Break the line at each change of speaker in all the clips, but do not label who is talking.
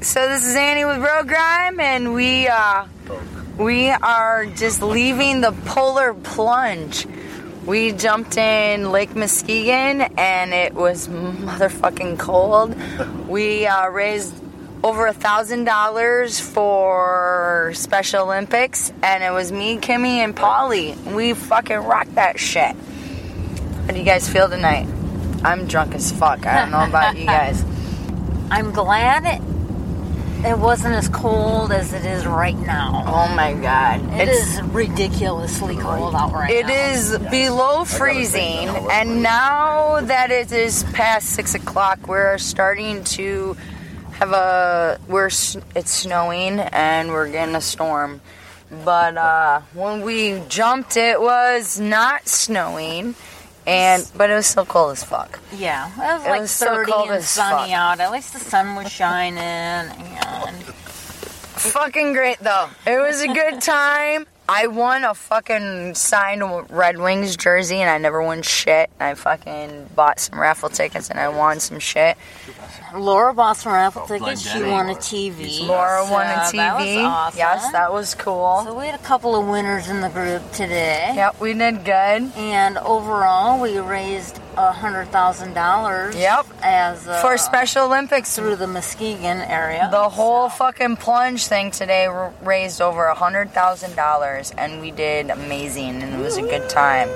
So this is Annie with Road Grime, and we uh, we are just leaving the polar plunge. We jumped in Lake Muskegon, and it was motherfucking cold. We uh, raised over a thousand dollars for Special Olympics, and it was me, Kimmy, and Polly. We fucking rocked that shit. How do you guys feel tonight? I'm drunk as fuck. I don't know about you guys.
I'm glad it, it wasn't as cold as it is right now.
Oh my god,
It is ridiculously cold out right
It
now.
is below freezing, and now that it is past six o'clock, we're starting to have a we're s- it's snowing and we're getting a storm. But uh, when we jumped, it was not snowing, and but it was still cold as fuck.
Yeah, it was
It
like
was so
30
cold
and
as
sunny
fuck.
out. At least the sun was shining. And
Fucking great though. It was a good time. I won a fucking signed Red Wings jersey and I never won shit. I fucking bought some raffle tickets and I won some shit.
Laura bought some raffle tickets. She
Blendenny.
won a TV.
Laura won a TV.
so uh, That was awesome.
Yes, that was cool.
So we had a couple of winners in the group today.
yep, we did good.
And overall, we raised a hundred thousand dollars.
Yep.
As a,
For Special Olympics,
through the Muskegon area.
the whole fucking plunge thing today r- raised over a hundred thousand dollars, and we did amazing, and it was a good time.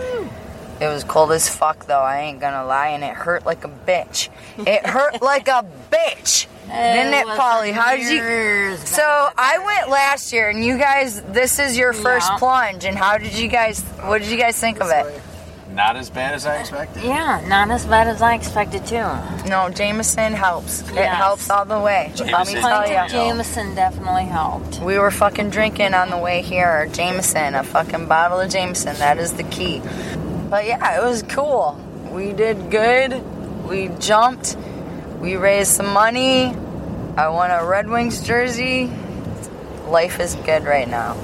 It was cold as fuck though. I ain't gonna lie, and it hurt like a bitch. It hurt like a bitch, didn't it, Polly? How did you? So I went last year, and you guys, this is your first
Yeah.
plunge, and how did you guys? What did you guys think of it?
Not as bad as I expected.
yeah, not as bad as I expected too.
No, Jameson helps. It
Yes.
helps all the way. Let me
Jameson
tell
Pint
you.
of Jameson definitely helped.
We were fucking drinking on the way here. Jameson, a fucking bottle of Jameson. That is the key. But yeah, it was cool. We did good. We jumped. We raised some money. I won a Red Wings jersey. Life is good right now.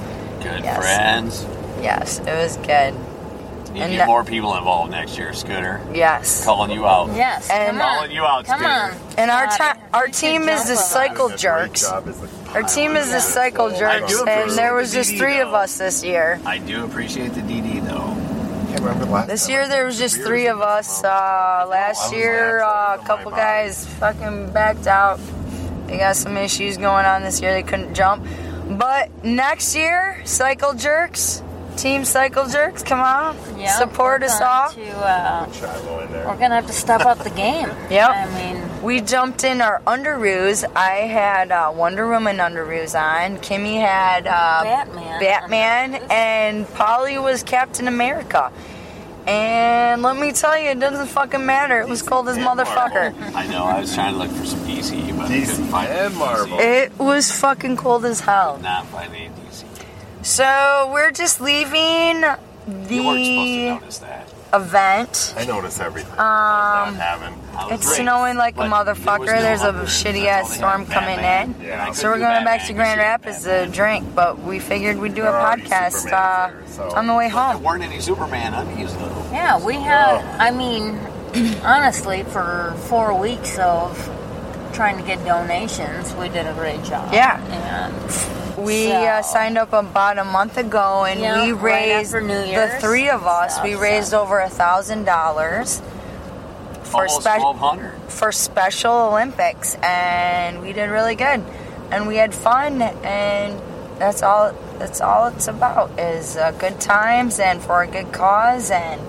Good
Yes.
friends.
Yes, it was good.
Need
And that-
to get more people involved next year, Scooter.
Yes.
Calling you out.
Yes,
And-
come on.
Calling you out,
Come
Scooter.
on.
And our
God,
ti- our
you should
team is
jump
the
with us.
cycle jerks. Our team is the cycle jerks,
do
and there was just
appreciate
three
the
of us this year.
I do appreciate the DD though.
This year there was just three of us. Uh, last year, uh, a couple guys fucking backed out. They got some issues going on this year. They couldn't jump. But next year, Cycle Jerks, Team Cycle Jerks, come on,
Yeah,
support
we're
us
going
all.
To, uh, we're gonna have to step up the game.
Yep.
I mean,
We jumped in our underoos. I had uh, Wonder Woman underoos on. Kimmy had uh,
Batman.
Batman,
underoos.
and Polly was Captain America. And let me tell you, it doesn't fucking matter. It was cold as motherfucker.
I know. I was trying to look for some DC, but I couldn't
DC
find
and
any
Marvel.
DC.
It was fucking cold as hell.
Not find any DC.
So we're just leaving
You weren't supposed to
the
notice that.
event.
I notice everything.
uh,
Um,
I was
It's
great,
snowing like a
but there was
motherfucker.
no
There's a
hunger.
shitty
That's
ass
all they
storm
had,
coming
Batman.
in.
And I
Yeah.
So we're
couldn't do
going
Batman
back to
'cause
Grand
you're
Rapids to
Batman.
drink, but we figured we'd do a
There are already
podcast uh,
Supermans there, so-
on the way
There
home.
weren't any Superman undies though.
Yeah, we had.
Oh.
I mean, honestly, for four weeks of trying to get donations, we did a great job.
Yeah.
And
We uh,
So-
signed up about a month ago, and
Yeah,
we
right
raised
after New
the
Year's
three of us.
stuff,
we
so.
raised over a thousand dollars for
Almost
special.
1200.
for Special Olympics, and we did really good, and we had fun, and that's all. That's all it's about is uh, good times and for a good cause, and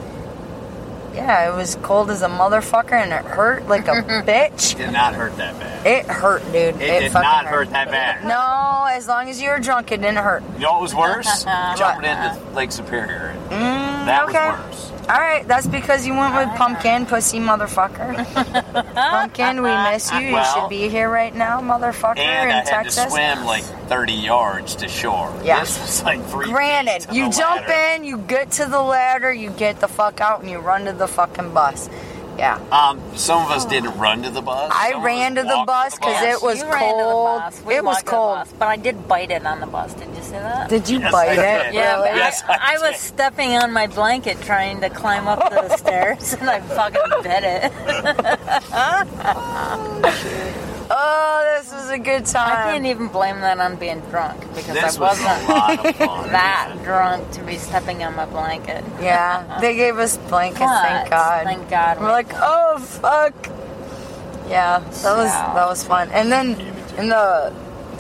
yeah, it was cold as a motherfucker, and it hurt like a bitch.
Did not hurt that bad.
It hurt, dude. It,
It, did
fucking
not hurt that bad.
No, as long as you were drunk, it didn't hurt.
You know what was worse?
Uh-huh.
Jumping into Lake Superior. that
Mm, okay.
was worse.
All right, that's because you went with Pumpkin, pussy motherfucker. pumpkin, we miss you. You should
Well-
be here right now, motherfucker,
And I
in
had
Texas.
to swim like 30 yards to shore.
Yeah.
This was like three. feet
Granted,
to
you
the
jump
ladder.
in, you get to the ladder, you get the fuck out, and you run to the fucking bus. Yeah.
Um, some of us didn't run to the bus.
Oh. I
Some of
ran
us
to the
walked
bus 'cause
bus.
it was
you ran to the
cold.
bus. We
It was
walked to the
cold.
bus, but I did bite it on the bus. Did you see that?
Did you
Yes,
bite
I
it?
did.
Yeah,
Really?
but
Yes, I
I, I was
did.
stepping on my blanket trying to climb up the stairs, and I fucking bit it.
Oh, this was a good
I
time.
can't even blame that on being drunk because
This
I
was a
wasn't
lot of fun.
that drunk to be stepping on my blanket.
Yeah, they gave us blankets.
But,
thank God.
Thank God.
We're like, oh fuck. Yeah, that was
Yeah.
that was fun. And then in the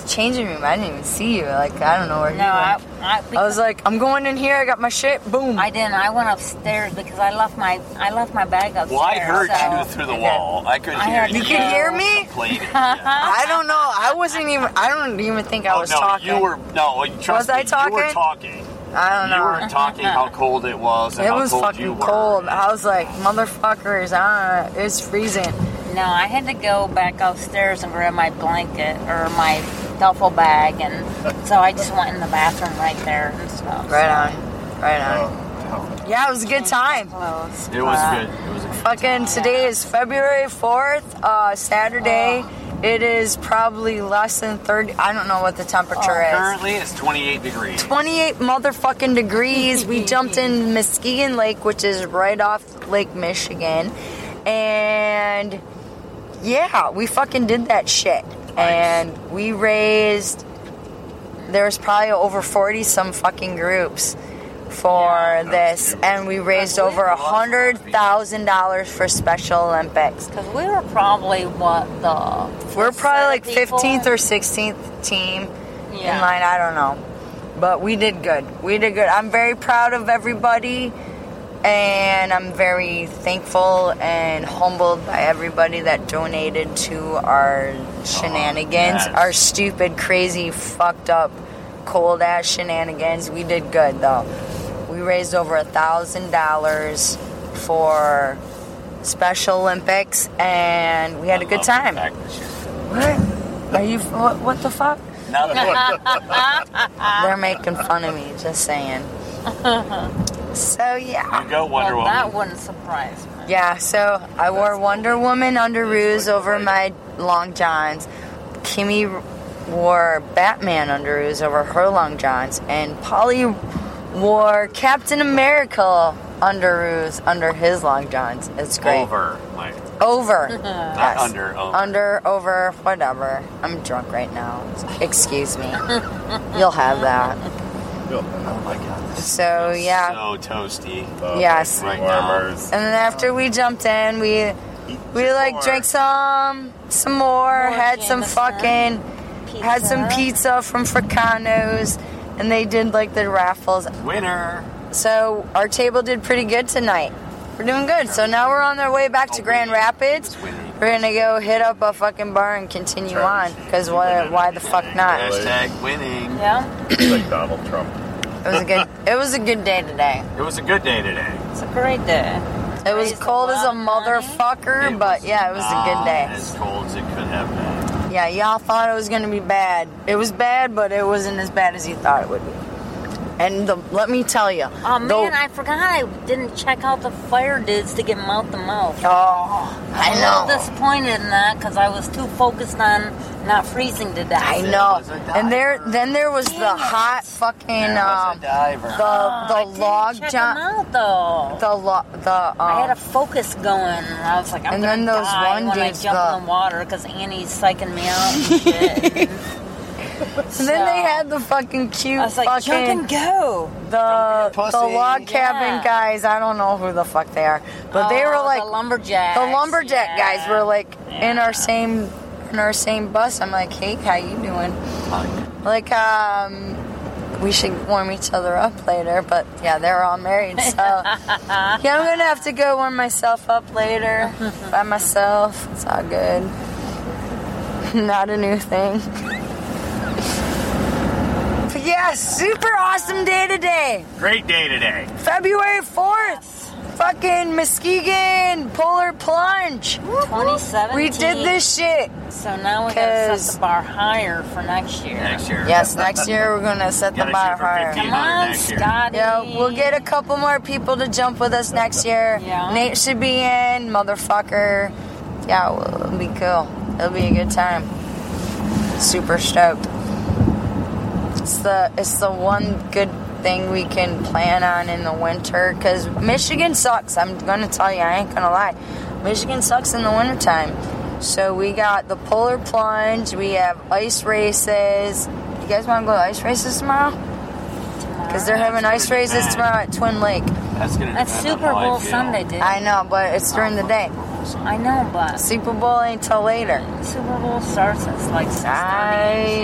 changing room, I didn't even see you. Like I don't know where you
no, I,
went.
I,
I was like, I'm going in here. I got my shit. Boom.
I didn't. I went upstairs because I left my I left my bag upstairs.
Well, I heard
so-
you through the wall. I couldn't
I
hear
had
you.
to
you could hear me.
Complaining. Yeah.
I don't know. I wasn't even. I don't even think I
Oh,
was
no,
talking.
you were no.
Was
Trust me,
I
You were
talking?
talking.
I don't
You
know.
were talking how cold it was. And
It
how
was
cold you
fucking
were.
cold. I was like, motherfuckers, ah, it's freezing.
No, I had to go back upstairs and grab my blanket or my duffel bag, and so I just went in the bathroom right there and stuff.
Right on. Right
Oh.
on. Yeah, it was a good time.
Close,
It was
Uh,
but-
good. It was a good.
Fucking today is February 4th, uh, Saturday. It is probably less than 30. I don't know what the temperature
Oh,
is.
Currently, it's 28 degrees.
28 motherfucking degrees. we jumped in Muskegon Lake, which is right off Lake Michigan. And yeah, we fucking did that shit. And we raised, there was probably over 40 some fucking groups for this. And we raised
That's
over
weird.
a $100,000 for Special Olympics.
Because we were probably what the
We're probably like
people?
15th or 16th team
yeah.
in line. I don't know, but we did good. We did good. I'm very proud of everybody, and I'm very thankful and humbled by everybody that donated to our shenanigans,
yes.
our stupid, crazy, fucked up, cold ass shenanigans. We did good though. We raised over a thousand dollars for Special Olympics, and we had a good time. What? Are you? What, what the fuck? They're making fun of me, just saying. So yeah.
Go Wonder
Well,
Woman.
that wouldn't surprise me.
Yeah, so I wore Wonder Woman underoos over my long johns. Kimmy wore Batman underoos over her long johns and Polly wore Captain America underoos under his long johns. It's great.
Over. Like,
Over. Yes.
under, over.
Under, over, whatever. I'm drunk right now. Excuse me. You'll have that.
oh my god. This
So,
is
yeah.
So toasty.
Yes.
uh,
Right
Warmers.
And then after we jumped in, we we like drank some some more,
More
had some
Jameson.
fucking had some
Pizza.
pizza from Fricano's and they did like the raffles.
Winner.
So our table did pretty good tonight. We're doing good. So now we're on our way back to Grand Rapids. We're gonna go hit up a fucking bar and continue on, cause why, why the fuck not?
Hashtag winning.
Yeah,
like Donald Trump.
It was a good, it was a good day today.
It was a good day today.
it's a great day.
It was
Raised a
cold as a
lot of money.
motherfucker,
It
but
was
yeah, it was a good
not
day.
As cold as it could have been.
Yeah, y'all thought it was gonna be bad. It was bad, but it wasn't as bad as you thought it would be. And the, let me tell you.
Oh man, I forgot I didn't check out the fire dudes to get mouth to mouth.
oh, I
I'm a little
know.
disappointed in that because I was too focused on not freezing to death.
I know.
was a
And there,
diver.
then there was the
Damn it.
hot fucking
There was
um,
a
the
diver.
the log
check
john,
'em out though.
the lo- the
I had a
um,
focus going, and I was like, I'm
And
gonna
then those
die
one
when I
dudes
jump
got-
in the water because Annie's psyching me out. And shit.
and then they
so-
had the fucking cute
I was like, jump
fucking
and go.
the
pussy.
the log cabin
Yeah.
guys. I don't know who the fuck they are, but they
Oh,
were like
the lumberjack.
the lumberjack guys were like in
Yeah.
our same in our same bus. I'm like, hey, how you doing?
Hug.
Like, um, we should warm each other up later, but yeah, they're all married, so yeah, I'm gonna have to go warm myself up later by myself. It's all good. Not a new thing. But yeah, super awesome day today,
Great day today.
February fourth. Fucking Muskegon Polar Plunge.
2017.
We did this shit.
So now we gotta
'cause-
set the bar higher for next year.
Next year.
Yes, next year we're gonna set the
Gotta shoot
bar
for
higher.
15.
Come on,
Next year.
Scotty.
Yeah, we'll get a couple more people to jump with us next year.
Yeah.
Nate should be in, motherfucker. Yeah, well, it'll be cool. It'll be a good time. Super stoked. It's the it's the one good thing we can plan on in the winter because Michigan sucks. I'm gonna tell you, I ain't gonna lie. Michigan sucks in the wintertime. So we got the polar plunge. We have ice races. You guys want to go to ice races tomorrow? Because they're having ice races tomorrow at Twin Lake.
That's gonna.
That's
depend on
Super
how I
Bowl
feel.
Sunday, dude.
I know, but it's during the day.
I know, but
Super Bowl ain't till later.
Super Bowl starts at like six thirty.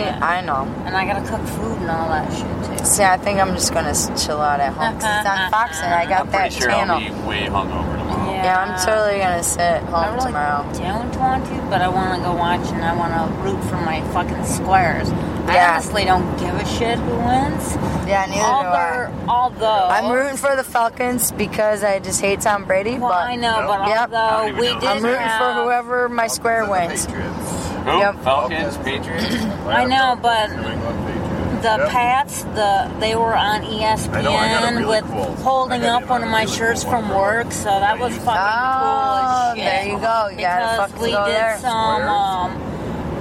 I I know.
And I gotta cook food and all that shit too.
See, I think I'm just gonna s- chill out at home. 'cause it's on Fox, and I got
I'm
that
pretty sure
channel.
I'll be way hungover tomorrow.
Yeah, I'm totally gonna sit at
I
home
really
tomorrow.
don't want to, but I want to go watch and I want to root for my fucking squares.
Yeah.
I honestly don't give a shit who wins.
Yeah, neither do I.
Although, although
I'm rooting for the Falcons because I just hate Tom Brady,
Well, I
but
know, but
Yep. I
don't
although
even
we
know.
did
I'm rooting for
have-
whoever my square
The
wins.
Patriots.
Who?
Yep.
Falcons, Patriots.
I know, but
New England Patriots.
The
Yep.
Pats, the they were on E ESPN
I know, I got a really
with
cool-
holding
I got
up one of my
really cool
shirts
one
from
for-
work, so that was fucking
Oh,
cool as shit.
there you go. You gotta
because
fucking
we
go
did
there.
some.
Squares.
Um,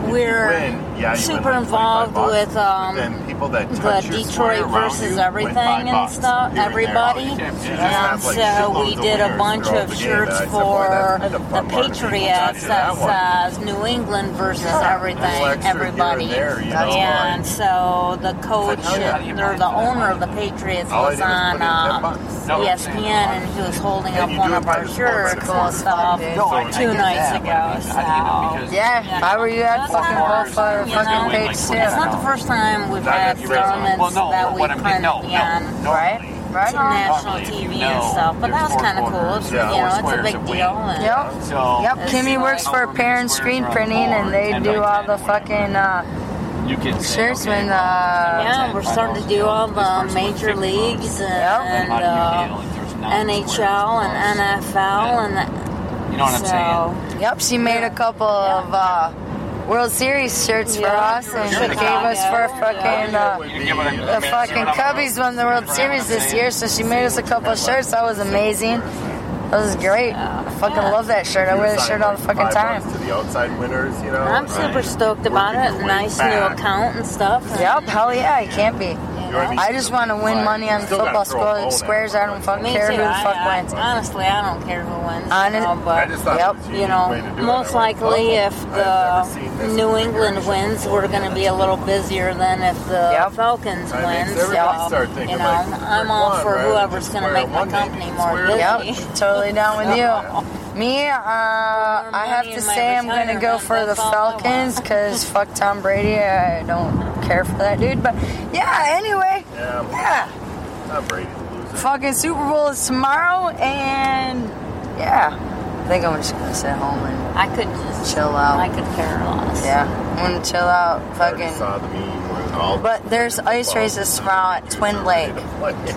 we're
Win, yeah, you win like
super
25
involved
bucks,
with um,
but then people that
the
touch your square
Detroit
around you
versus
win
everything
five
and
bucks
stuff,
here and there. Oh,
everybody.
You can't- you just
and
have, like,
so we
shitloads of
did a
winners
bunch
throughout
of
the game,
shirts
and I said, "Boy,
for
that's a
the
fun part of people
Patriots uh,
touching
that
that one."
says New England versus
Yeah, a little
everything,
extra here and
everybody.
there, you know,
And so the coach
It's like, how do
you-
or the owner of the Patriots
All I
was
did was
on
put in ten
uh,
bucks.
No, it's
ESPN and he was holding
And
up
you
one
do
of
it by
our
the score, by the
shirts
score.
and stuff. uh,
Dude.
No, I- I
Two
get
nights
that, but I mean,
ago,
how do
so-
you because
Yeah, if I were you, I'd
That's
fucking
not-
go for a
you
fucking
know,
page
it's
too.
It's not the first time we've
Not
had
if you raise them.
tournaments
Well, no,
that
but
we
what I mean,
couldn't
no,
be
no,
on
no.
Right? Right
some
on.
national
Normally,
TV
you
and
know,
stuff, but that
there's
was
four
kind of cool.
corners,
It's, you
yeah, four
know, it's a
squares
big
a
deal.
week.
And
Yep.
So
Yep,
It's
Kimmy
like-
works for Parent Screen Printing and they do all the fucking uh,
you can say,
shirts
okay,
when
well,
uh,
Yeah, we're starting to do all the major leagues and, and
how do you
uh,
deal if there's not
NHL
squares?
and NFL and
You know what I'm saying?
so
Yep, she made a couple of uh, World Series shirts for
Yeah.
us, and she
You're the
gave us for
Cubs.
fucking uh,
You get what I'm-
the
see
fucking
what I'm-
Cubbies won the World
Right,
Series this
I'm
year, so she made us a couple of shirts. That was amazing. That was great. I fucking love that shirt. I wear that shirt all the fucking
Five bucks
time.
To the outside winners, you know.
I'm
and
super stoked
working
about it.
your way
Nice
back.
new account and stuff. and-
Yep, hell yeah, you can't be.
You know what mean?
I just want to win money on
Still gotta
football
throw a bone
squ-
at
squares. I don't fucking
Me
care
too.
who the
I-
fuck
I-
wins.
Honestly, I don't care who wins.
Honest-
you know, but
I just thought
Yep.
it was a
you
unique
know,
way to do it.
most
I was
likely
puzzled.
if
I've never seen
the
this
New
before.
England wins, we're going to be a little busier than if the
Yep.
Falcons
Right,
win.
makes
So,
everybody start
you
thinking
know,
like
I'm
square
all
one
for
rather than
whoever's
just
going to
square
make my
one, maybe
company
it's
more
square
busy.
Yep, totally down with you. Me, uh, I have
money
to
in my
say I'm gonna go
retirement,
for the
that's all I want.
Falcons because fuck Tom Brady. I don't care for that dude. But yeah, anyway,
Yeah, well,
yeah.
Tom Brady's a loser.
Fucking Super Bowl is tomorrow, and yeah, I think I'm just gonna sit home and
I could just
Chill out.
I could care less.
yeah, I'm gonna chill out.
I already
Fucking.
saw the meme where all the
But there's ice
football
races tomorrow at Twin Lake,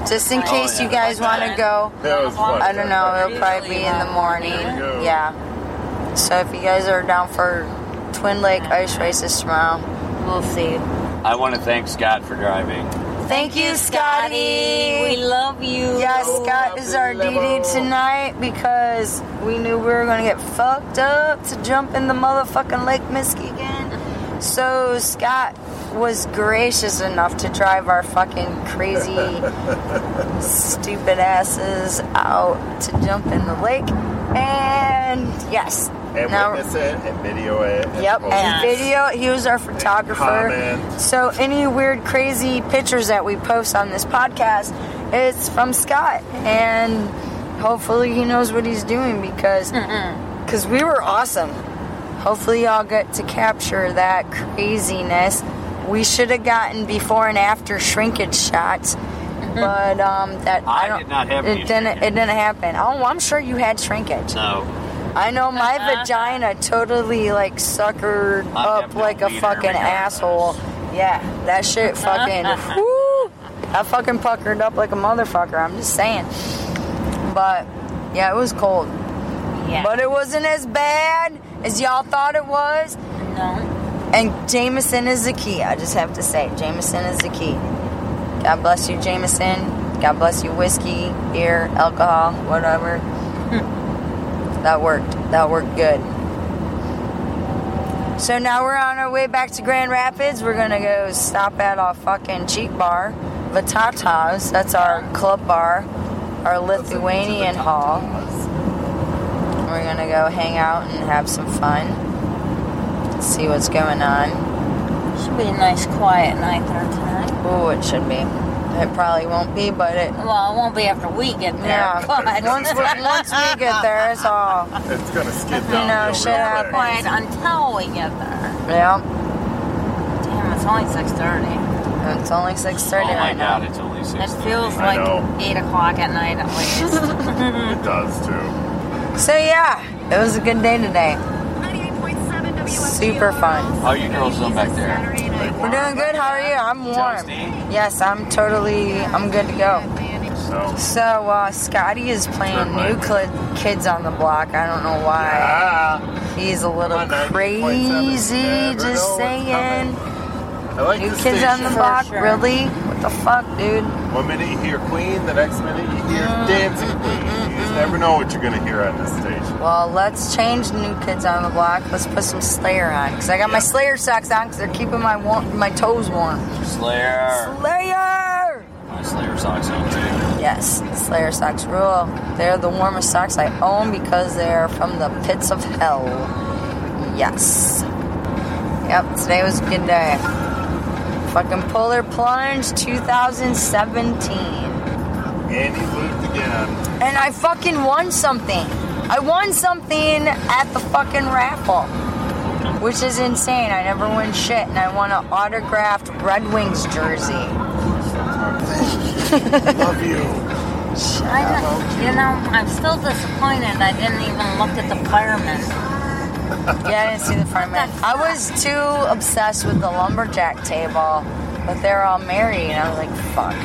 just in
Oh,
case
yeah,
you guys
like
want to
that.
go.
That was fun.
I don't know. It'll probably be in the morning.
There you go.
Yeah. So if you guys are down for Twin Lake ice races tomorrow,
We'll see.
I want to thank Scott for driving.
thank you,
We
Scotty.
love you.
Yeah, Scott is our DD tonight because we knew we were gonna get fucked up to jump in the motherfucking Lake Michigan. So Scott was gracious enough to drive our fucking crazy, stupid asses out to jump in the lake. And yes,
And witness it and video it. and
Yep,
post
and
it.
video. He was our photographer.
comment.
So any weird, crazy pictures that we post on this podcast, it's from Scott, and hopefully he knows what he's doing because because we were awesome. Hopefully y'all get to capture that craziness. We should have gotten before and after shrinkage shots. But um, that
I
I don't.
did not have
it
any
didn't. It
shrinkage.
didn't happen. Oh, I'm sure you had shrinkage.
So oh
I know my vagina totally like suckered
Uh-huh. I
up
have no Uh-huh.
like a
wiener
fucking
regardless.
asshole. Yeah, that shit fucking whoo. I fucking puckered up like a motherfucker. I'm just saying. But yeah, it was cold.
Yeah.
But it wasn't as bad as y'all thought it was.
no.
And Jameson is the key. I just have to say, Jameson is the key. God bless you, Jameson. God bless you, whiskey, beer, alcohol, whatever. that worked. That worked good. So now we're on our way back to Grand Rapids. We're gonna go stop at a fucking cheap bar, Vatata's. That's our club bar, our Lithuanian hall. We're gonna go hang out and have some fun. Let's see what's going on.
Should be a nice quiet night there tonight.
Ooh, it should be. It probably won't be, but it.
Well, it won't be after we get there.
Yeah.
but-
Once we, once we get there, it's all.
It's gonna skid
know,
down.
shit
It'll be
happens.
quiet until we get there.
Yeah.
Damn, it's only six thirty.
It's only
Oh
6:30
my
right now.
god, it's only
It
six.
feels
I
like
know.
eight o'clock at night at least.
It does too.
So yeah, it was a good day today. Super
Super
fun.
fun.
How Oh, you girls doing back there?
We're doing good. How are you? I'm warm.
Toasty?
Yes, I'm totally. I'm good to go.
So
So uh, Scotty is playing new cl- kids on the block. I don't know why.
ah,
He's a little
Come on, 90.7.
crazy.
Never
Just
know what's
saying.
I like
New
this
kids on the
station.
block.
sure.
Really? What the fuck, dude?
One minute you hear Queen, the next minute you hear
Mm-hmm.
Dancing Queen. You just never know what you're gonna hear on this station.
Well, let's change New Kids on the Block. Let's put some Slayer on, cause I got my
Yeah.
Slayer socks on, cause they're keeping my warm, my toes warm.
Slayer.
Slayer.
My Slayer socks on too.
Yes, Slayer socks rule. They're the warmest socks I own because they're from the pits of hell. Yes. Yep, today was a good day. Fucking Polar Plunge 2017.
And he looped again.
And I fucking won something. I won something at the fucking raffle. Which is insane. I never win shit and I won an autographed Red Wings jersey.
Love you.
I don't- you know, I'm still disappointed. I didn't even look at the firemen.
Yeah, I didn't see the front man. I was too obsessed with the lumberjack table, but they're all married, and I was like, fuck.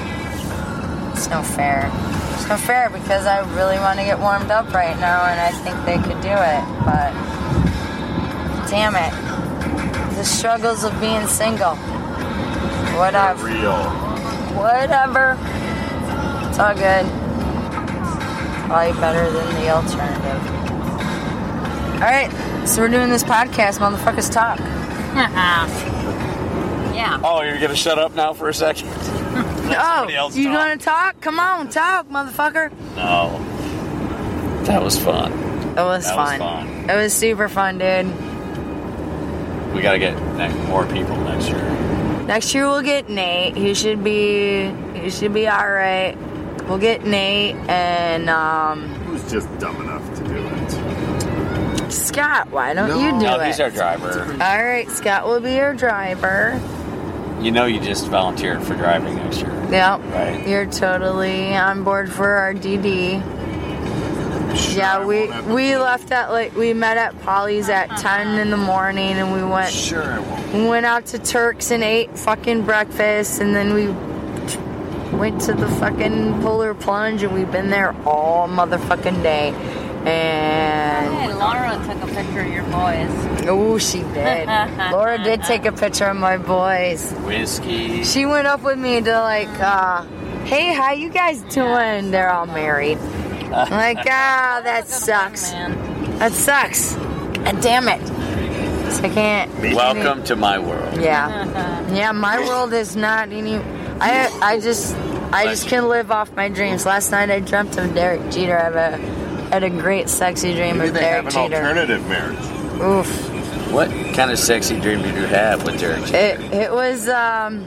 It's no fair. It's no fair because I really want to get warmed up right now, and I think they could do it, but damn it. The struggles of being single. Whatever.
Real.
Whatever. It's all good. Probably better than the alternative. All right, so we're doing this podcast, motherfuckers talk.
yeah.
Oh, you're gonna shut up now for a second?
Oh,
else
you
talk.
gonna talk? Come on, talk, motherfucker.
No. That was fun.
It was
That was
fun. It was super fun, dude.
We gotta get ne- more people next year.
Next year we'll get Nate. He should be he should be all right. We'll get Nate and um,
Who's just dumb enough to do it?
Scott. Why don't
No.
you do
No,
it?
he's our driver.
all right, Scott will be your driver.
You know, you just volunteered for driving next year.
Yep.
Right.
You're totally on board for our DD. Yeah, we we left at like we met at Polly's at ten in the morning, and we went
Sure, I won't.
we went out to Turks and ate fucking breakfast, and then we went to the fucking polar plunge, and we've been there all motherfucking day. And
Hey, Laura took a picture of your boys.
oh, she did. Laura did take a picture of my boys.
Whiskey.
She went up with me to like, uh, hey, how you guys doing? They're all married. I'm like, ah, that sucks.
Man.
That sucks. God damn it. So I can't.
Welcome to my world.
Yeah. Yeah, my world is not any. I I just I just can live off my dreams. Last night I dreamt of Derek Jeter. I have a had a great sexy dream
Maybe
of
they have
Derek
an
Jeter.
alternative marriage.
Oof.
What kind of sexy dream did you have with Derek?
It it was um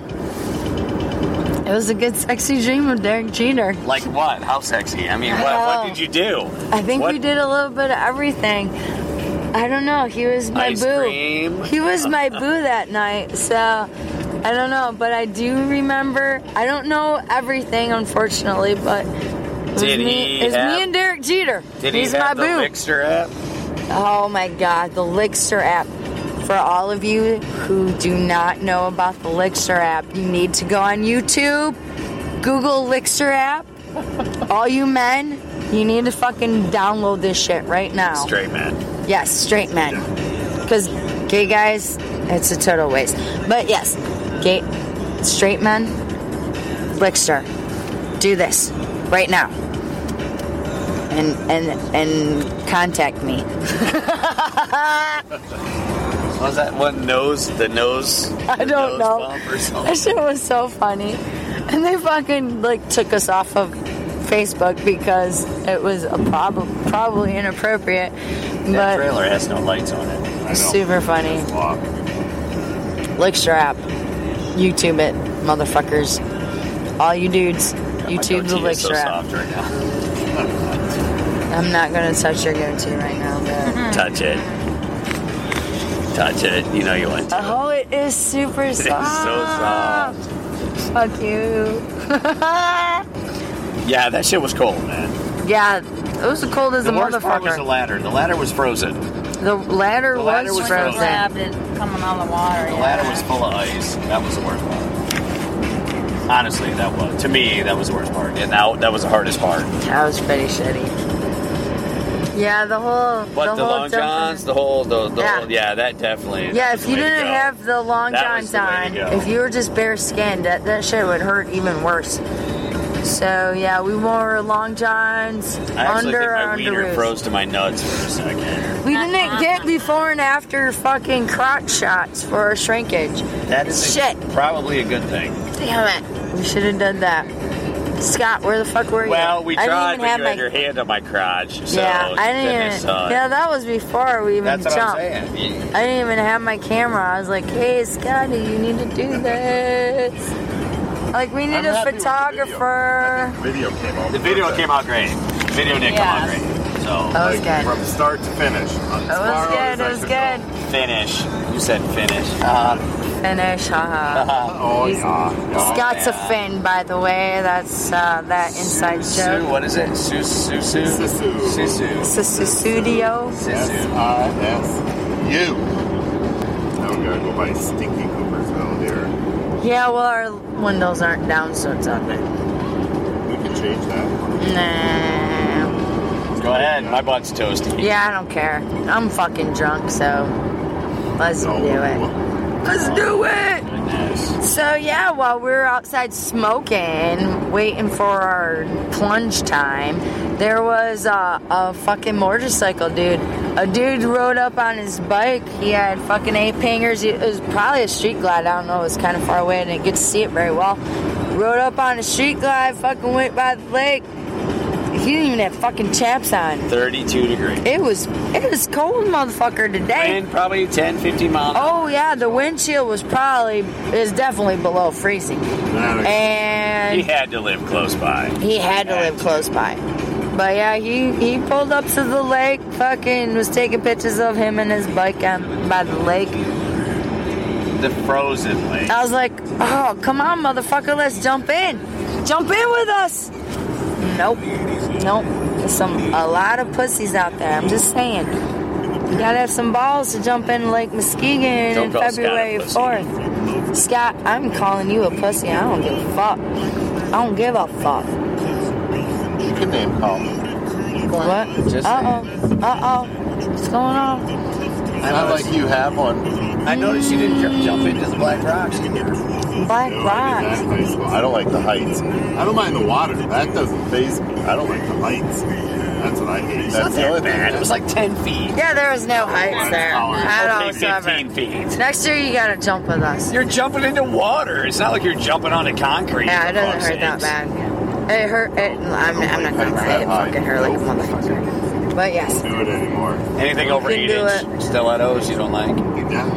it was a good sexy dream of Derek Jeter.
Like what? How sexy? I mean, what,
Well,
what did you do?
I think
What-
we did a little bit of everything. I don't know. He was my
Ice
boo.
cream.
He was my boo that night. So I don't know, but I do remember. I don't know everything, unfortunately, but it was,
Did
me,
he
it was
have-
me and Derek Jeter.
Did
He's
he have
my
the
boo.
Mixer app?
Oh my God, the Lixer app. For all of you who do not know about the Lixer app, you need to go on YouTube, Google Lixer app. all you men, you need to fucking download this shit right now.
Straight man.
Yes, straight men. Because gay guys, it's a total waste. But yes, gay, straight men, Lickster, do this right now. And and and contact me.
What was that one nose? The nose.
I don't know. That shit was so funny. And they fucking like took us off of Facebook because it was a problem, probably inappropriate.
That
But
trailer has no lights on it.
I know.
Super funny.
Just walk.
Lick strap. YouTube it, motherfuckers. All you dudes, YouTube the
goatee
lick
is so
strap.
soft right now.
I'm not gonna touch your goatee right now,
Touch it. Touch it. You know you want
but
to.
oh, it is super
It's so
soft.
soft.
Fuck you.
Yeah, that shit was cold, man.
yeah, it was cold as
The
a
worst part was the
motherfucker.
ladder. The ladder was frozen. The
The, ladder
The ladder
was
was
When
frozen.
you
frozen.
grabbed it coming out of the water. yeah.
ladder was full of ice. That was the worst part. Honestly, that was to me that was the worst part. And now that was the hardest part.
That was pretty shitty. Yeah, the whole.
But the,
whole
long
dump-
johns, the whole, the, the
Yeah.
yeah. Whole, yeah, that definitely. that
Yeah,
was
if
the
you
way to
didn't
go.
have the long
That
johns
was the way
on,
to go.
if you were just bare skinned, that, that shit would hurt even worse. So yeah, we wore long johns
I actually
under
think
our
my wiener
underoos.
froze to my nuts for a second.
We didn't get before and after fucking crotch shots for our shrinkage.
That is a-
Shit.
probably a good thing.
Damn it. We should have done that. Scott, where the fuck were you?
Well, we
I didn't
tried,
even
but
have
you
my-
had your hand on my crotch. So
yeah, I didn't
goodness,
even.
uh,
Yeah, that was before we even
That's what
jumped.
I'm saying.
yeah.
I didn't even have my camera. I was like, hey, Scotty, you need to do this. Like, we need
I'm
a
happy with the video.
photographer.
Video came out.
The video came out great. The video did
Yeah.
come out great. So
That was good.
From start to finish. It
It was good, it was good.
finish. You said finish. Uh,
Finish, haha.
Oh
He's-
yeah. yeah.
Scott's a
yeah.
fin, by the way. That's uh, that inside
Su- Su-
joke.
what is it? Su- Su- Su-
Susu.
Susu.
Sisu Studio.
S
Susu.
I S U. Now we gotta go by Stinky Coopersville here.
Yeah, well, our windows aren't down, so it's open.
We can change that.
Nah.
Go ahead. My butt's toasty.
Yeah, I don't care. I'm fucking drunk, so let's do it. Let's do it!
Goodness.
So yeah, while we were outside smoking, waiting for our plunge time, there was a, a fucking motorcycle dude. A dude rode up on his bike. He had fucking eight pingers. It was probably a street glide. I don't know. It was kind of far away. I didn't get to see it very well. Rode up on a street glide. Fucking went by the lake. He didn't even have fucking chaps on.
32 degrees.
It was it was cold, motherfucker, today.
And probably 10, 15 miles.
Oh yeah, the windshield was probably is definitely below freezing,
That
He
and
had to live close by.
he had to live close by. But yeah, he he pulled up to the lake, fucking was taking pictures of him and his bike on, by the lake.
The frozen lake.
I was like, oh come on, motherfucker, let's jump in, jump in with us. Nope, nope. There's some a lot of pussies out there. I'm just saying. You gotta have some balls to jump in Lake Muskegon
Don't
in
call Scott a
February
pussy.
4th. Scott, I'm calling you a pussy. I don't give a fuck. I don't give a fuck.
is, you can name call. It's
What?
Just-
Uh oh. Uh oh. What's going on?
not like you have one.
I noticed you didn't ju- jump into the Black Rocks.
Black
No, I did that
rocks.
in high school. I don't like the heights. I don't mind the water. That doesn't phase me. I don't like the heights. That's what I hate. That's the other
Man, it
thing.
was like 10 feet.
Yeah, there was no heights there at Oh, all
Okay,
whatsoever.
15 feet.
Next year you gotta jump with us.
You're jumping into water. It's not like you're jumping onto concrete.
Yeah,
for
it doesn't
fuck's
hurt that
sakes.
bad. It hurt. It, I'm, I'm not gonna lie. It fucking hurt like a motherfucker. But yes.
do it anymore.
Anything over
can
8
do
inch stilettos you don't like?
Yeah.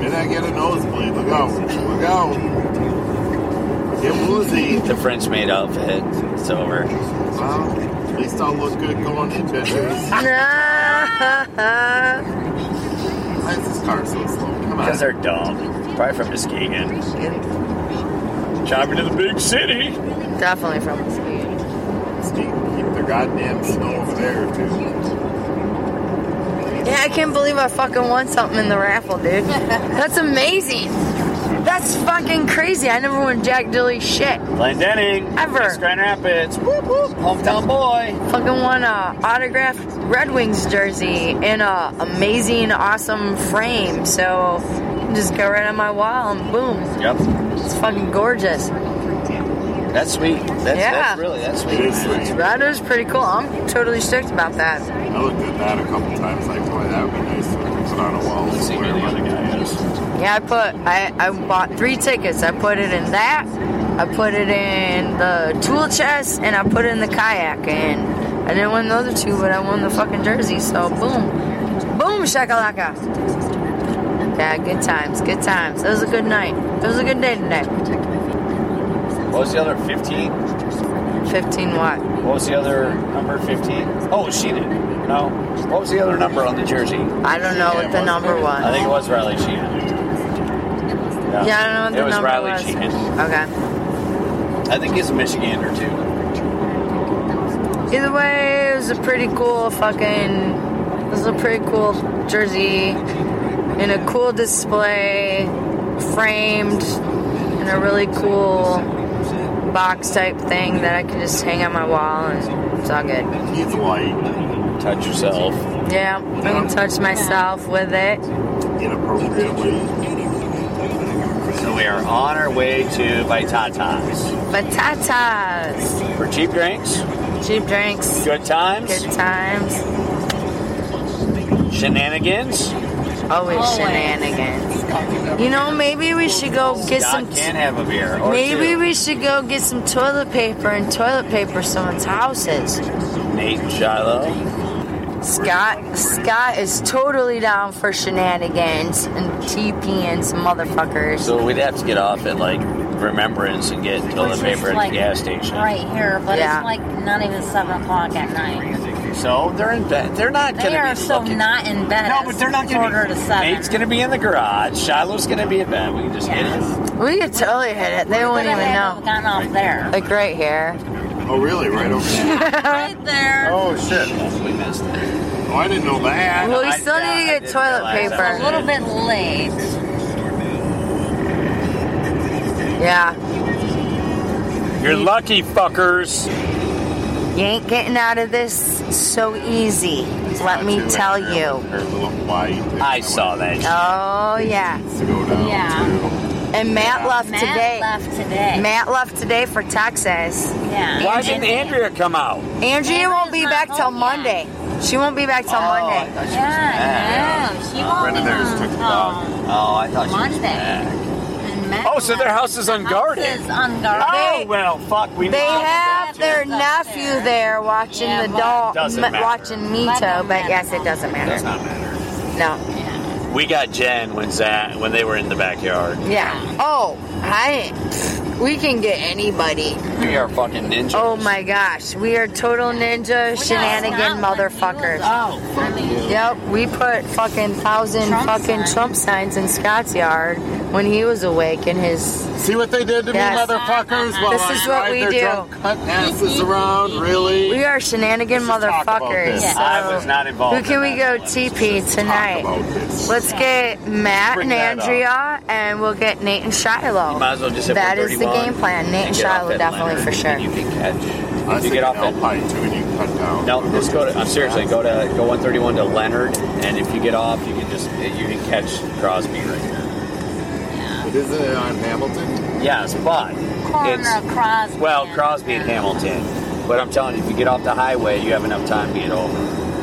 Did I get a nosebleed? Look out. Look out. Get woozy.
The French maid outfit. It's over.
Well, at least I'll look good going in pictures.
Nah.
Why is this car so slow? Come on.
Because they're dumb. Probably from Muskegon. Chopping to the big city.
Definitely from the speed.
Keep the goddamn snow over there, too.
Yeah, I can't believe I fucking won something in the raffle, dude. That's amazing. That's fucking crazy. I never won Jack Dilly shit.
Glendenning.
Ever.
East Grand Rapids. Whoop whoop. Hometown boy.
Fucking won a autographed Red Wings jersey in a amazing, awesome frame. So just go right on my wall and boom,
Yep.
it's fucking gorgeous.
That's sweet. That's,
Yeah.
that's really, that's
It
sweet.
is sweet.
That is pretty cool. I'm totally stoked about that.
I looked at that a couple times, like, boy, that would be nice to put on a wall.
See who
somewhere.
the other guy is.
Yeah, I put I, I bought three tickets. I put it in that, I put it in the tool chest, and I put it in the kayak. And I didn't win the other two, but I won the fucking jersey. So boom, boom, Boom shakalaka. Yeah, good times, good times. It was a good night. It was a good day today.
What was the other 15?
15 what?
What was the other number 15? Oh, Sheena. No. What was the other number on the jersey?
I don't know what the number
I
was.
think it was Riley Sheehan.
Yeah, I don't know what the
It was
number
Riley
was.
Sheehan.
Okay.
I think he's a Michigander too.
Either way, it was a pretty cool fucking. It was a pretty cool jersey in a cool display, framed in a really cool box type thing that I can just hang on my wall and it's all good.
He's white,
Touch yourself.
Yeah, I can touch myself with it.
inappropriately.
So we are on our way to Baitata's
Batatas,
for cheap drinks,
cheap drinks,
good times,
good times,
shenanigans.
always
Always.
shenanigans. You know, maybe we should go get
Dot
some.
can have a beer. Or
Maybe
two.
we should go get some toilet paper and toilet paper someone's houses.
Nate and Shiloh.
Scott, Scott is totally down for shenanigans and TPing some motherfuckers.
So we'd have to get off at like Remembrance and get toilet
Which is
paper at
like
the gas station.
Right here, but
Yeah.
it's like not even seven o'clock at night.
So they're in bed. They're not
They
gonna
are
be
so
looking.
not in bed.
no,
at
but they're not gonna
quarter
be.
to seven.
Nate's gonna be in the garage. Shiloh's gonna be in bed. We can just
Yes.
hit it.
We could totally hit it. They
Could
wouldn't
have
even know.
Gone off there.
Like right here.
Oh, really? Right over there?
right there.
Oh, shit.
We missed it.
Oh, I didn't know that.
Well, we
I-
still
yeah,
need
I
to get
didn't
toilet
realize that
paper.
A little bit late.
Yeah.
You're lucky, fuckers.
You ain't getting out of this so easy. Let me tell you.
Her little white.
I saw that. shit.
Oh, yeah.
To go down
Yeah.
to.
And Matt left
Matt
today.
left today.
Matt left today for Texas.
Yeah.
Why didn't Andrea come out?
Andrea won't be
Andrea's
back
not
till
home
Monday. She won't be back till
Oh, I
Monday.
thought she was
Yeah,
back.
no, she won't
Brenda
be
Bears took the dog.
home.
Oh, I thought she was
Monday.
back.
And Matt
Oh, so their house is unguarded.
House is unguarded.
Oh
They-
well, fuck. We
They
lost
have
that.
their
Up there.
nephew there watching
Yeah,
the
but-
dog,
Doesn't
m-
matter.
watching Mito,
Doesn't
but yes,
matter.
it doesn't
Does
matter.
not matter.
No.
Yeah.
We got Jen when Zach when they were in the backyard.
Yeah. Oh, I. We can get anybody.
We are fucking ninjas.
Oh my gosh. We are total ninja
We're
shenanigan
not like you
motherfuckers.
though. I mean,
Yep, we put fucking thousand
Trump
fucking
signs.
Trump signs in Scott's yard when he was awake in his.
See what they did to
Yes.
me, motherfuckers? While
This
I
is what
ride
we
their
do. Mm-hmm.
Drunk cut asses around, really?
We are shenanigan
Let's just talk about
motherfuckers.
this.
So
I was not involved
Who can
in
we
that.
go TP tonight?
Talk about this.
Let's get Matt
Bring
and
that up.
Andrea, and we'll get Nate and Shiloh.
You might as well just hit
that is the
131
game plan. Nate and
get off
Shiloh
at
definitely
Leonard
for
and
sure.
You can catch.
I was
you get
thinking
off at
Alpine too, and you cut down.
no, just go to. I'm seriously go to go 131 to Leonard, and if you get off, you can just you can catch Crosby right there.
It is uh, on Hamilton.
Yes, but
corner
it's
of Crosby.
well
and-
Crosby and Hamilton. But I'm telling you, if you get off the highway, you have enough time to get over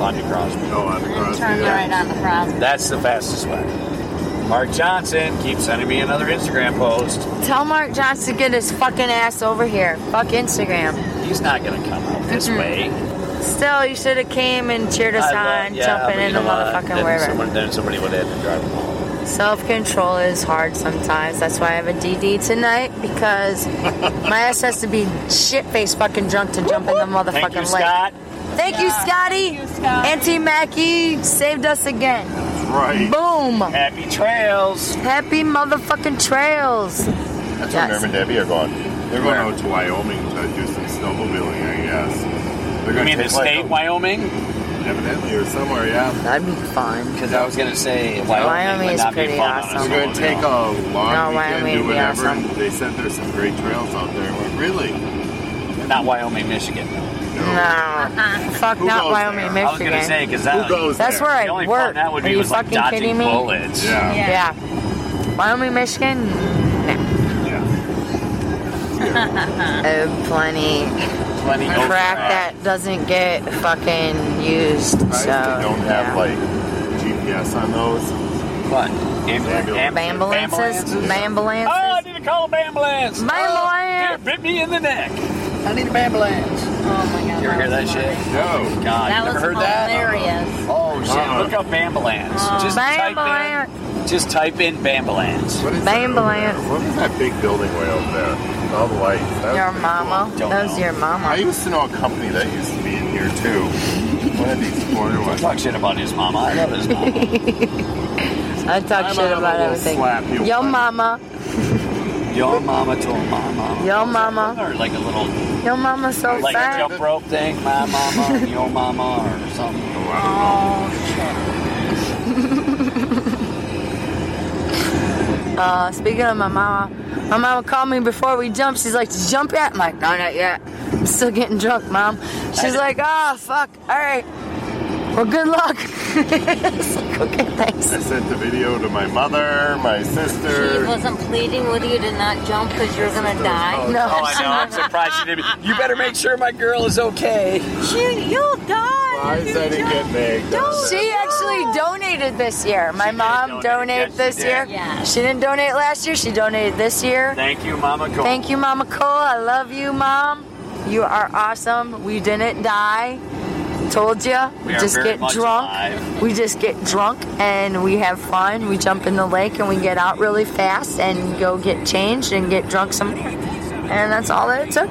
onto Crosby.
No, on the
And
ground.
Turn right onto Crosby.
That's the fastest way. Mark Johnson keeps sending me another Instagram post.
Tell Mark Johnson to get his fucking ass over here. Fuck Instagram.
He's not gonna come out this
Mm-hmm.
way.
Still, you should have came and cheered us
I
on,
will- yeah,
jumping
but you
in the
know what?
motherfucking
Then
river.
someone- Then somebody would have had to drive home.
Self control is hard sometimes. That's why I have a DD tonight because my ass has to be shit faced fucking drunk to jump in the motherfucking
Thank you,
lake.
Scott.
Thank you,
Yeah.
Scotty.
Thank you, Scotty.
Auntie Mackie saved us again.
Right.
Boom.
Happy trails.
Happy motherfucking trails.
That's
Yes.
where Merv and Debbie are going. They're going out to Wyoming to do some snowmobiling, I guess. They're
I
going
mean, the state Wyoming?
Evidently, or somewhere, yeah.
That'd be fun.
Because I was going to say Wyoming,
Wyoming
would
is
not be
pretty
fun on a
awesome.
They're
We're
going
snowmobile.
to take a long
No,
weekend,
Wyoming would
do
be
whatever.
awesome.
and They said there's some great trails out there. I'm like, really?
Not Wyoming, Michigan.
No. Fuck,
Who
not
goes
Wyoming,
there?
I was going to
Michigan.
say, because
Who
that,
goes
That's
there?
where
the
I
only
work.
fun that would
Are
be
you
was like
fucking kidding
dodging
me?
bullets.
Yeah.
Yeah.
Yeah. Wyoming, Michigan? No.
yeah.
Oh, plenty.
Plenty of
Crack that doesn't get fucking used.
Surprised
So,
they don't have,
yeah.
like, GPS on those.
What? Ambulance.
Bambulances?
Oh, I
Bambulances?
need to call a ambulance.
Bambalance.
Oh, dude, bit me in the neck. I need a ambulance.
Oh my god.
You ever hear that
was
shit?
funny.
No.
God,
That
you
was
never heard that?
hilarious.
Oh, Oh shit!
Uh-uh.
Look up Bambalans. just type in. Just type in Bambalans.
What is
Bam
that over there?
Blanc.
What is that big building way over there? With all the lights. That was
Your
pretty
mama.
cool.
Don't
That was
know.
your
I
mama.
used to know a company that used to be in here too. One of these corner ones.
Talk shit about his mama. I love his mama.
I talk
My
shit
mama
about
will
everything.
slap you.
Yo mama.
Your mama told my mama.
Yo mama.
Or like a little
Yo mama so
like a
fat.
jump rope thing. My mama. and your mama or something.
Oh,
Uh, speaking of my mama, my mama called me before we jumped. She's like, Did you jump yet? I'm like, No, not yet. I'm still getting drunk, mom. She's like, Ah, fuck. All right. Well, good luck. it's like, okay, thanks.
I sent the video to my mother, my
shit. She
sister.
wasn't pleading with you to not jump because you're going to die.
No,
Oh, I know. I'm surprised you didn't. You better make sure my girl is okay.
She, you'll die.
I said it get big.
she actually donated this year. My
did
mom donated
donate. Yes, she
this
did.
year.
Yeah.
She didn't donate last year. She donated this year.
Thank you, Mama Cole.
Thank you, Mama Cole. I love you, Mom. You are awesome. We didn't die. Told ya.
We are
just
very
get
much
drunk.
alive.
We just get drunk and we have fun. We jump in the lake and we get out really fast and go get changed and get drunk some. And that's all that it took.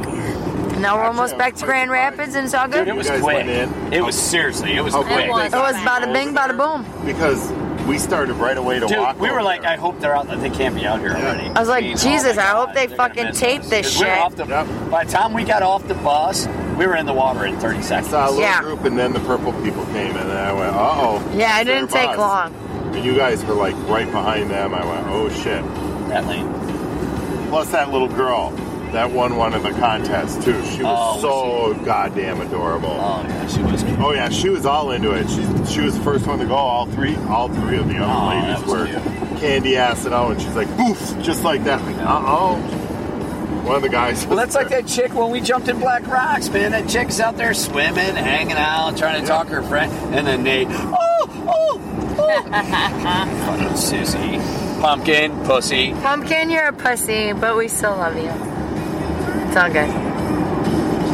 Now we're almost back to Grand Rapids and it's all good.
Dude, it was
You guys
quick.
went in?
It was seriously, it was
How
quick.
quick they
was.
got
It
bada
was
bing,
over
bada
there.
boom.
Because we started right away to
Dude,
walk.
we were
over
like,
there.
I hope they're out. They can't be out here already.
I was like,
mean,
Jesus,
my
I hope they
they're gonna
fucking
miss
tape
us.
this
'Cause we were
shit.
off the-
Yep.
By the time we got off the bus, we were in the water in 30 seconds.
saw a little
Yeah.
group, and then the purple people came, and then I went, uh oh.
Yeah, it didn't take long.
And you guys were like right behind them. I went, oh shit.
That lane.
Plus that little girl, that one won in the contest too. She was
Oh,
so goddamn adorable.
Oh, yeah, she was cute.
Oh yeah, she was all into it. She she was the first one to go. All three, all three of the other
Aw,
ladies
Oh, that was
were candy ass and all, and she's like, boof, just like that. Like, uh oh. One of the guys.
Well, that's like that chick when we jumped in Black Rocks, man. That chick's out there swimming, hanging out, trying to talk her friend, and then Nate, oh, oh, oh. Fucking sissy. Pumpkin, pussy.
Pumpkin, you're a pussy, but we still love you. It's all good.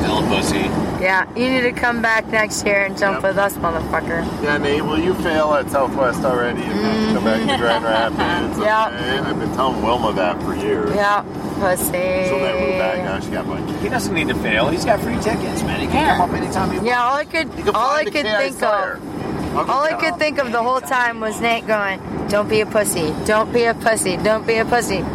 Still a pussy.
Yeah, you need to come back next year and jump
Yep.
with us, motherfucker.
Yeah, Nate, will you fail at Southwest already and then come back to Grand Rapids?
Yep.
Okay. I've been telling Wilma that for years.
Mm-hmm. Yeah, pussy.
So then we're back now. She got like,
He doesn't need to fail. He's got free tickets, man. He can
Yeah.
come up anytime he wants.
Yeah, all I could,
you can
all I
find the
could
kid I
think
saw
of,
there. I'll
all I
go
could think of the whole time was Nate going, "Don't be a pussy. Don't be a pussy. Don't be a pussy."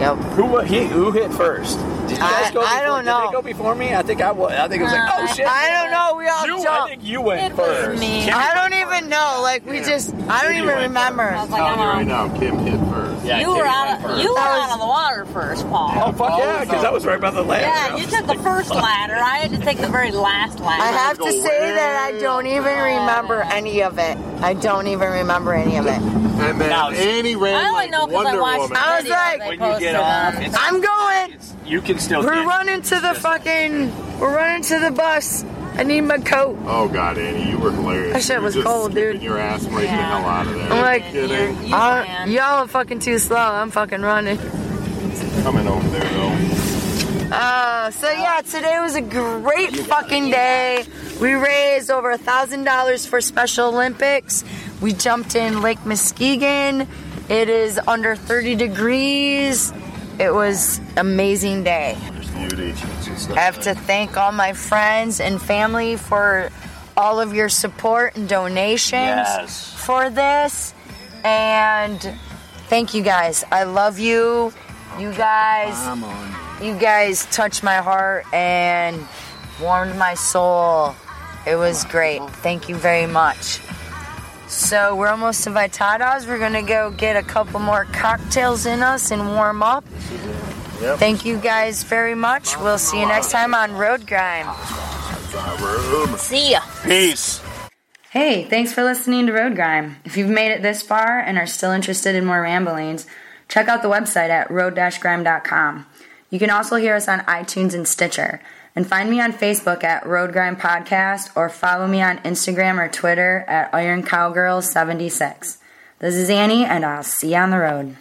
Yep.
Who wa- he, who hit first? Did you
I- I don't know.
Did they go before me? I think I was. I think it was like, oh
Uh,
shit.
I don't know. We all
You, I
jumped.
think you went
It was
first.
me.
Kimmy
I
went
don't even
first.
know. Like we
Yeah.
just, I don't even
Anyway,
I was
remember.
like,
Telling you
I'm
right now, Kim hit first.
Yeah,
You
Kimmy
were
went
out of
first.
you were
That was-
out of the water first, Paul.
Oh fuck yeah!
Oh,
Because I was right by the ladder.
Yeah, you took the first ladder. I had to take the very last ladder.
I have to
Go
say that I
way
don't even remember any of it. I don't even remember any of it.
And then
Now-
Annie ran
I only
like
know 'cause I
Wonder
watched
Woman.
the
I was
video
like,
they
when you
posted
get off,
on.
it's,
I'm going.
it's you can still.
We're
get-
running to the
Yes.
fucking. We're running to the bus. I need my coat.
Oh god, Annie, you were hilarious.
That shit
You were
was
just
cold, dude.
skipping Your ass breaking
Yeah.
the hell out of there.
I'm like,
You-
kidding.
you
I,
can.
Uh, y'all are fucking too slow. I'm fucking running.
coming over there though.
Uh, so yeah, today was a great fucking day. We raised over a thousand dollars for Special Olympics. We jumped in Lake Muskegon. It is under 30 degrees. It was amazing day.
Beauty.
I have to thank all my friends and family for all of your support and donations
Yes.
for this. And thank you guys. I love you. You guys, you guys touched my heart and warmed my soul. It was great. Thank you very much. So we're almost to Vitada's. We're gonna go get a couple more cocktails in us and warm up.
Yep.
Thank you guys very much. We'll see you next time on Road Grime.
See ya.
Peace.
Hey, thanks for listening to Road Grime. If you've made it this far and are still interested in more ramblings, check out the website at road-grime.com. You can also hear us on iTunes and Stitcher. And find me on Facebook at Road Grime Podcast or follow me on Instagram or Twitter at Iron Cowgirl76. This is Annie, and I'll see you on the road.